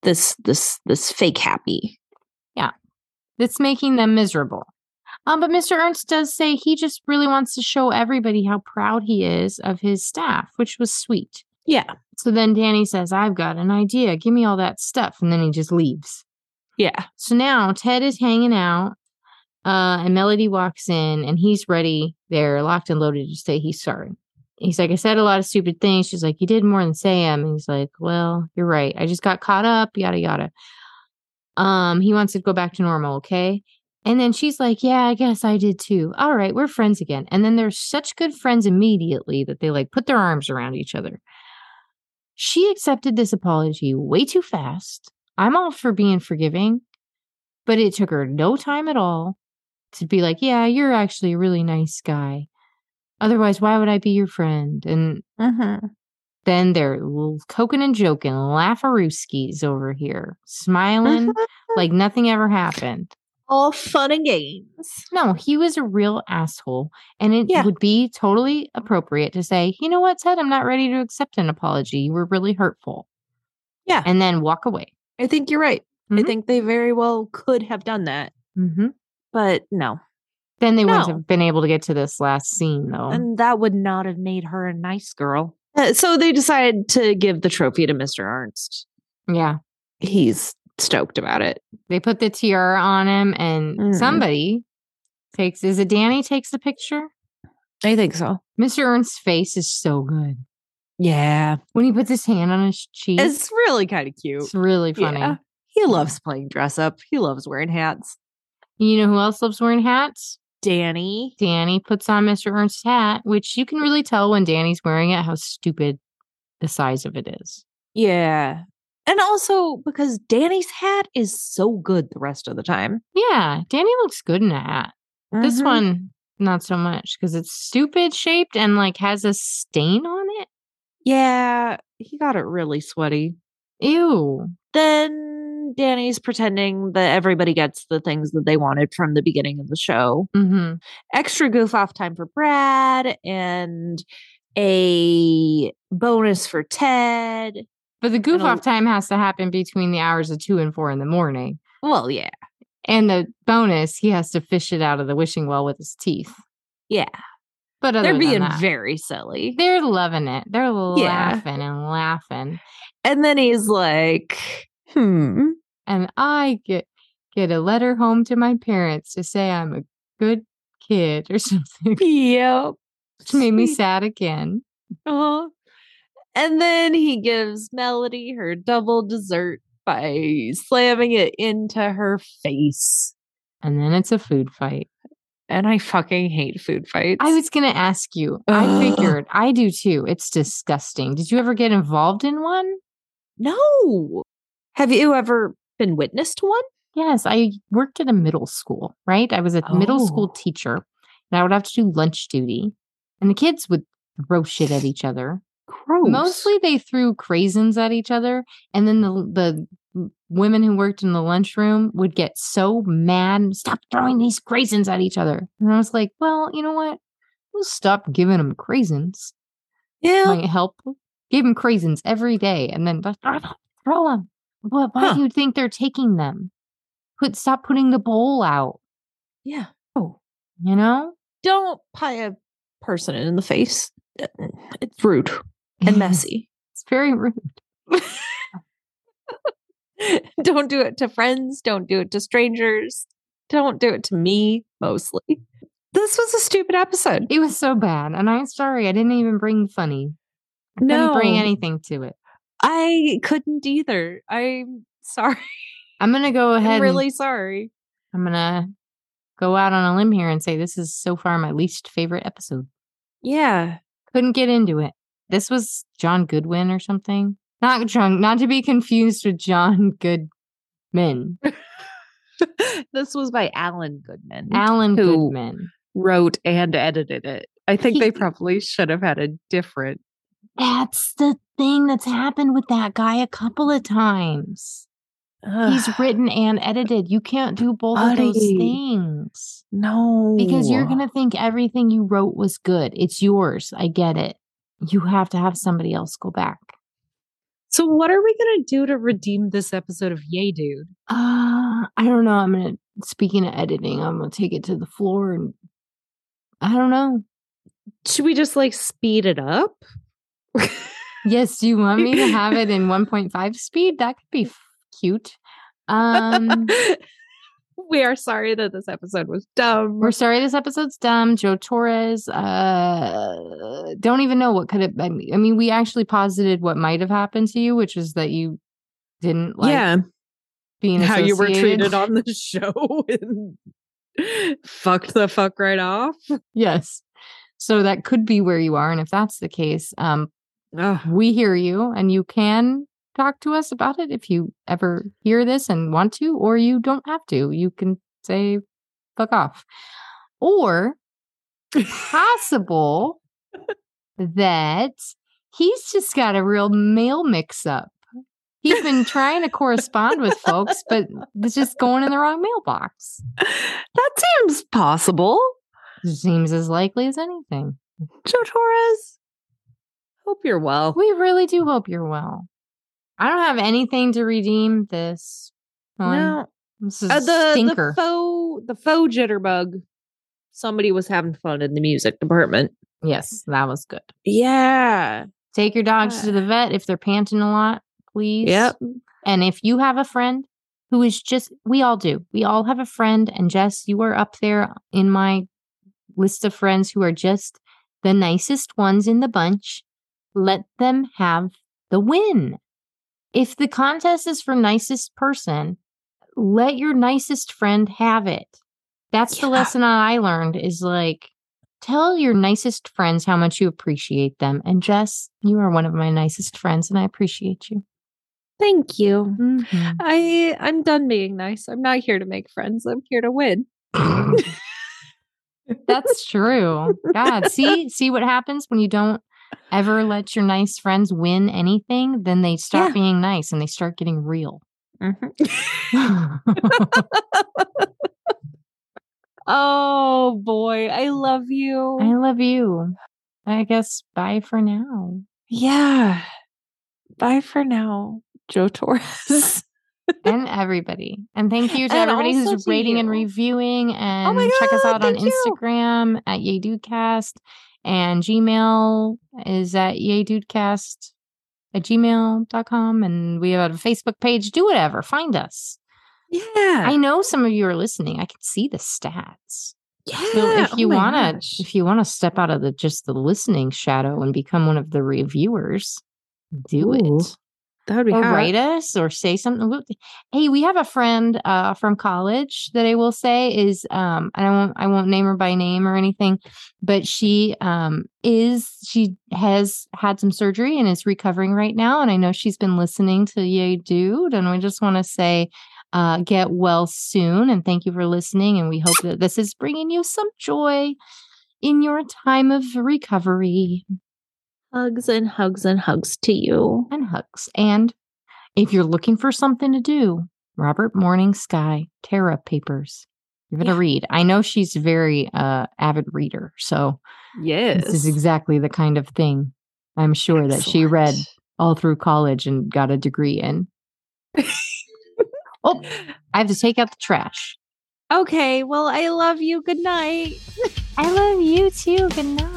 B: This this this fake happy."
A: that's making them miserable. Um, but Mr. Ernst does say he just really wants to show everybody how proud he is of his staff, which was sweet.
B: Yeah,
A: So then Danny says, "I've got an idea. Give me all that stuff," and then he just leaves.
B: yeah,
A: So now Ted is hanging out, uh, and Melody walks in, and he's ready there, locked and loaded, to say he's sorry. He's like, I said a lot of stupid things. She's like, You did more than say them. And he's like, Well, you're right. I just got caught up, yada yada. Um, he wants to go back to normal, okay? And then she's like, Yeah, I guess I did too. All right, we're friends again. And then they're such good friends immediately that they like put their arms around each other. She accepted this apology way too fast. I'm all for being forgiving, but it took her no time at all to be like, yeah, you're actually a really nice guy. Otherwise, why would I be your friend? And
B: Mm-hmm.
A: then they're l- coking and joking, laugharooskies over here, smiling like nothing ever happened.
B: All fun and games.
A: No, he was a real asshole. And it
B: Yeah.
A: would be totally appropriate to say, you know what, Ted, I'm not ready to accept an apology. You were really hurtful.
B: Yeah.
A: And then walk away.
B: I think you're right. I
A: Mhm.
B: think they very well could have done that,
A: Mm-hmm.
B: but no.
A: Then they wouldn't
B: No.
A: have been able to get to this last scene, though.
B: And that would not have made her a nice girl. Oh. Uh, so they decided to give the trophy to Mr. Ernst.
A: yeah.
B: He's stoked about it.
A: They put the tiara on him, and
B: Mm.
A: somebody takes, is it Danny takes the picture?
B: I think so.
A: Mr. Ernst's face is so good.
B: Yeah.
A: When he puts his hand on his cheek, it's,
B: It's really kind of cute.
A: really funny.
B: Yeah. He loves playing dress up. He loves wearing hats.
A: You know who else loves wearing hats?
B: Danny.
A: Danny puts on Mr. Ernst's hat, which you can really tell when Danny's wearing it how stupid the size of it is.
B: Yeah. And also because Danny's hat is so good the rest of the time. Mm-hmm.
A: Yeah, Danny looks good in a hat. This one, not so much because it's stupid shaped and like has a stain on it.
B: Yeah. He got it really sweaty.
A: Ew.
B: Then Danny's pretending that everybody gets the things that they wanted from the beginning of the show.
A: hmm
B: Extra goof off time for Brad and a bonus for Ted.
A: But the goof
B: It'll-
A: off time has to happen between the hours of two and four in the morning.
B: Well, yeah.
A: And the bonus, he has to fish it out of the wishing well with his teeth.
B: Yeah.
A: But other
B: They're being
A: than that,
B: very silly.
A: they're loving it. They're laughing and laughing.
B: And then he's like, hmm.
A: and I get get a letter home to my parents to say I'm a good kid or something,
B: Yep.
A: which made me
B: Sweet.
A: sad again.
B: Aw. And then he gives Melody her double dessert by slamming it into her face.
A: And then it's a food fight.
B: And I fucking hate food fights.
A: I was gonna ask you. I
B: Ugh.
A: figured I do too. It's disgusting. Did you ever get involved in one?
B: no. Have you ever been witness to one?
A: Yes, I worked at a middle school, right? I was a middle school
B: Oh.
A: teacher and I would have to do lunch duty. And the kids would throw shit at each other.
B: Gross.
A: Mostly they threw craisins at each other, and then the the w- women who worked in the lunchroom would get so mad. Stop throwing these craisins at each other! And I was like, well, you know what? We'll stop giving them craisins.
B: Yeah.
A: Might help. Gave them craisins every day, and then just throw them. Throw them. Why
B: Huh.
A: do you think they're taking them? Put stop putting the bowl out.
B: yeah. Oh.
A: You know,
B: Don't pie a person in the face. Uh, It's rude and messy.
A: it's very rude.
B: don't do it to friends. Don't do it to strangers. Don't do it to me, mostly. This was a stupid episode.
A: It was so bad, and I'm sorry. I didn't even bring the funny. I didn't bring anything to it.
B: I couldn't either. I'm sorry.
A: I'm gonna go ahead.
B: I'm
A: and-
B: really sorry.
A: I'm gonna go out on a limb here and say this is so far my least favorite episode.
B: Yeah.
A: Couldn't get into it. This was John Goodwin or something. Not John, not to be confused with John Goodman,
B: this was by Alan Goodman,
A: Alan
B: Who-
A: Goodman.
B: wrote and edited it. I think
A: He-
B: they probably should have had a different.
A: That's the thing that's happened with that guy a couple of times. He's written and edited. You can't do both of those
B: Buddy.
A: things
B: no
A: because you're gonna think everything you wrote was good. It's yours. I get it. You have to have somebody else go back.
B: So what are we gonna do to redeem this episode of Yay Dude?
A: Uh, I don't know. I'm gonna speaking of editing, I'm gonna take it to the floor and I don't know.
B: Should we just like speed it up?
A: Yes, do you want me to have it in 1.5 speed? That could be f- cute. Um
B: we are sorry that this episode was dumb.
A: we're sorry this episode's dumb. Joe Torres, uh don't even know what could have been. I mean, we actually posited what might have happened to you, which is that you didn't like
B: yeah,
A: being
B: how you were
A: associated-
B: treated on the show and fucked the fuck right off.
A: Yes. So that could be where you are. And if that's the case, um,
B: Ugh.
A: we hear you and you can talk to us about it if you ever hear this and want to or you don't have to you can say fuck off. Or possible that he's just got a real mail mix up. He's been trying to correspond with folks, but it's just going in the wrong mailbox.
E: That seems possible.
A: Seems as likely as anything.
E: Joe Torres, hope you're
B: Oh.
E: well.
A: We really do hope you're well. I don't have anything to redeem this one.
B: No,
A: This is
B: uh,
A: a
B: the,
A: stinker.
B: the faux the faux jitterbug. Somebody was having fun in the music department.
A: yes, that was good.
B: Yeah.
A: Take your dogs
B: Yeah.
A: to the vet if they're panting a lot, please.
B: Yep.
A: And if you have a friend who is just, we all do. We all have a friend. And Jess, you are up there in my list of friends who are just the nicest ones in the bunch. Let them have the win. If the contest is for nicest person, let your nicest friend have it. That's the
B: Yeah.
A: lesson I learned is like, tell your nicest friends how much you appreciate them. And Jess, you are one of my nicest friends, and I appreciate you.
B: Thank you. I I'm done being nice. I'm not here to make friends. I'm here to win.
A: That's true. God, see, see what happens when you don't ever let your nice friends win anything. Then they stop
B: Yeah.
A: being nice and they start getting real.
B: Mm-hmm. Oh boy, I love you.
A: I love you. I guess bye for now.
B: yeah. Bye for now, Joe Torres.
A: and everybody. And thank you to
B: And
A: everybody
B: also
A: who's
B: to
A: rating and
B: you. Oh
A: reviewing. And
B: my
A: check us
B: God,
A: out on
B: thank you.
A: Instagram at YayDudeCast. And Gmail is at YayDudeCast at gmail.com. And we have a Facebook page. Do whatever. Find us.
B: yeah.
A: I know some of you are listening. I can see the stats.
B: yeah.
A: So if you
B: Oh my
A: wanna
B: gosh.
A: if you wanna step out of the just the listening shadow and become one of the reviewers, do
E: Ooh.
A: it
B: that would be
A: or
B: hot.
A: write us or say something. Whoop. Hey, we have a friend uh, from college that I will say is um, I won't I won't name her by name or anything, but she um, is she has had some surgery and is recovering right now, and I know she's been listening to Yay Dude, and we just want to say. Uh, get well soon and thank you for listening and we hope that this is bringing you some joy in your time of recovery
B: Hugs and hugs and hugs to you.
A: and hugs. And if you're looking for something to do, Robert Morning Sky Terra Papers. Give it a
B: Yeah.
A: read. I know she's a very uh, avid reader, so
B: Yes.
A: this is exactly the kind of thing I'm sure that she read all through college and got a degree in. oh, I have to take out the trash.
B: Okay, well, I love you. Good night.
A: I love you too. Good night.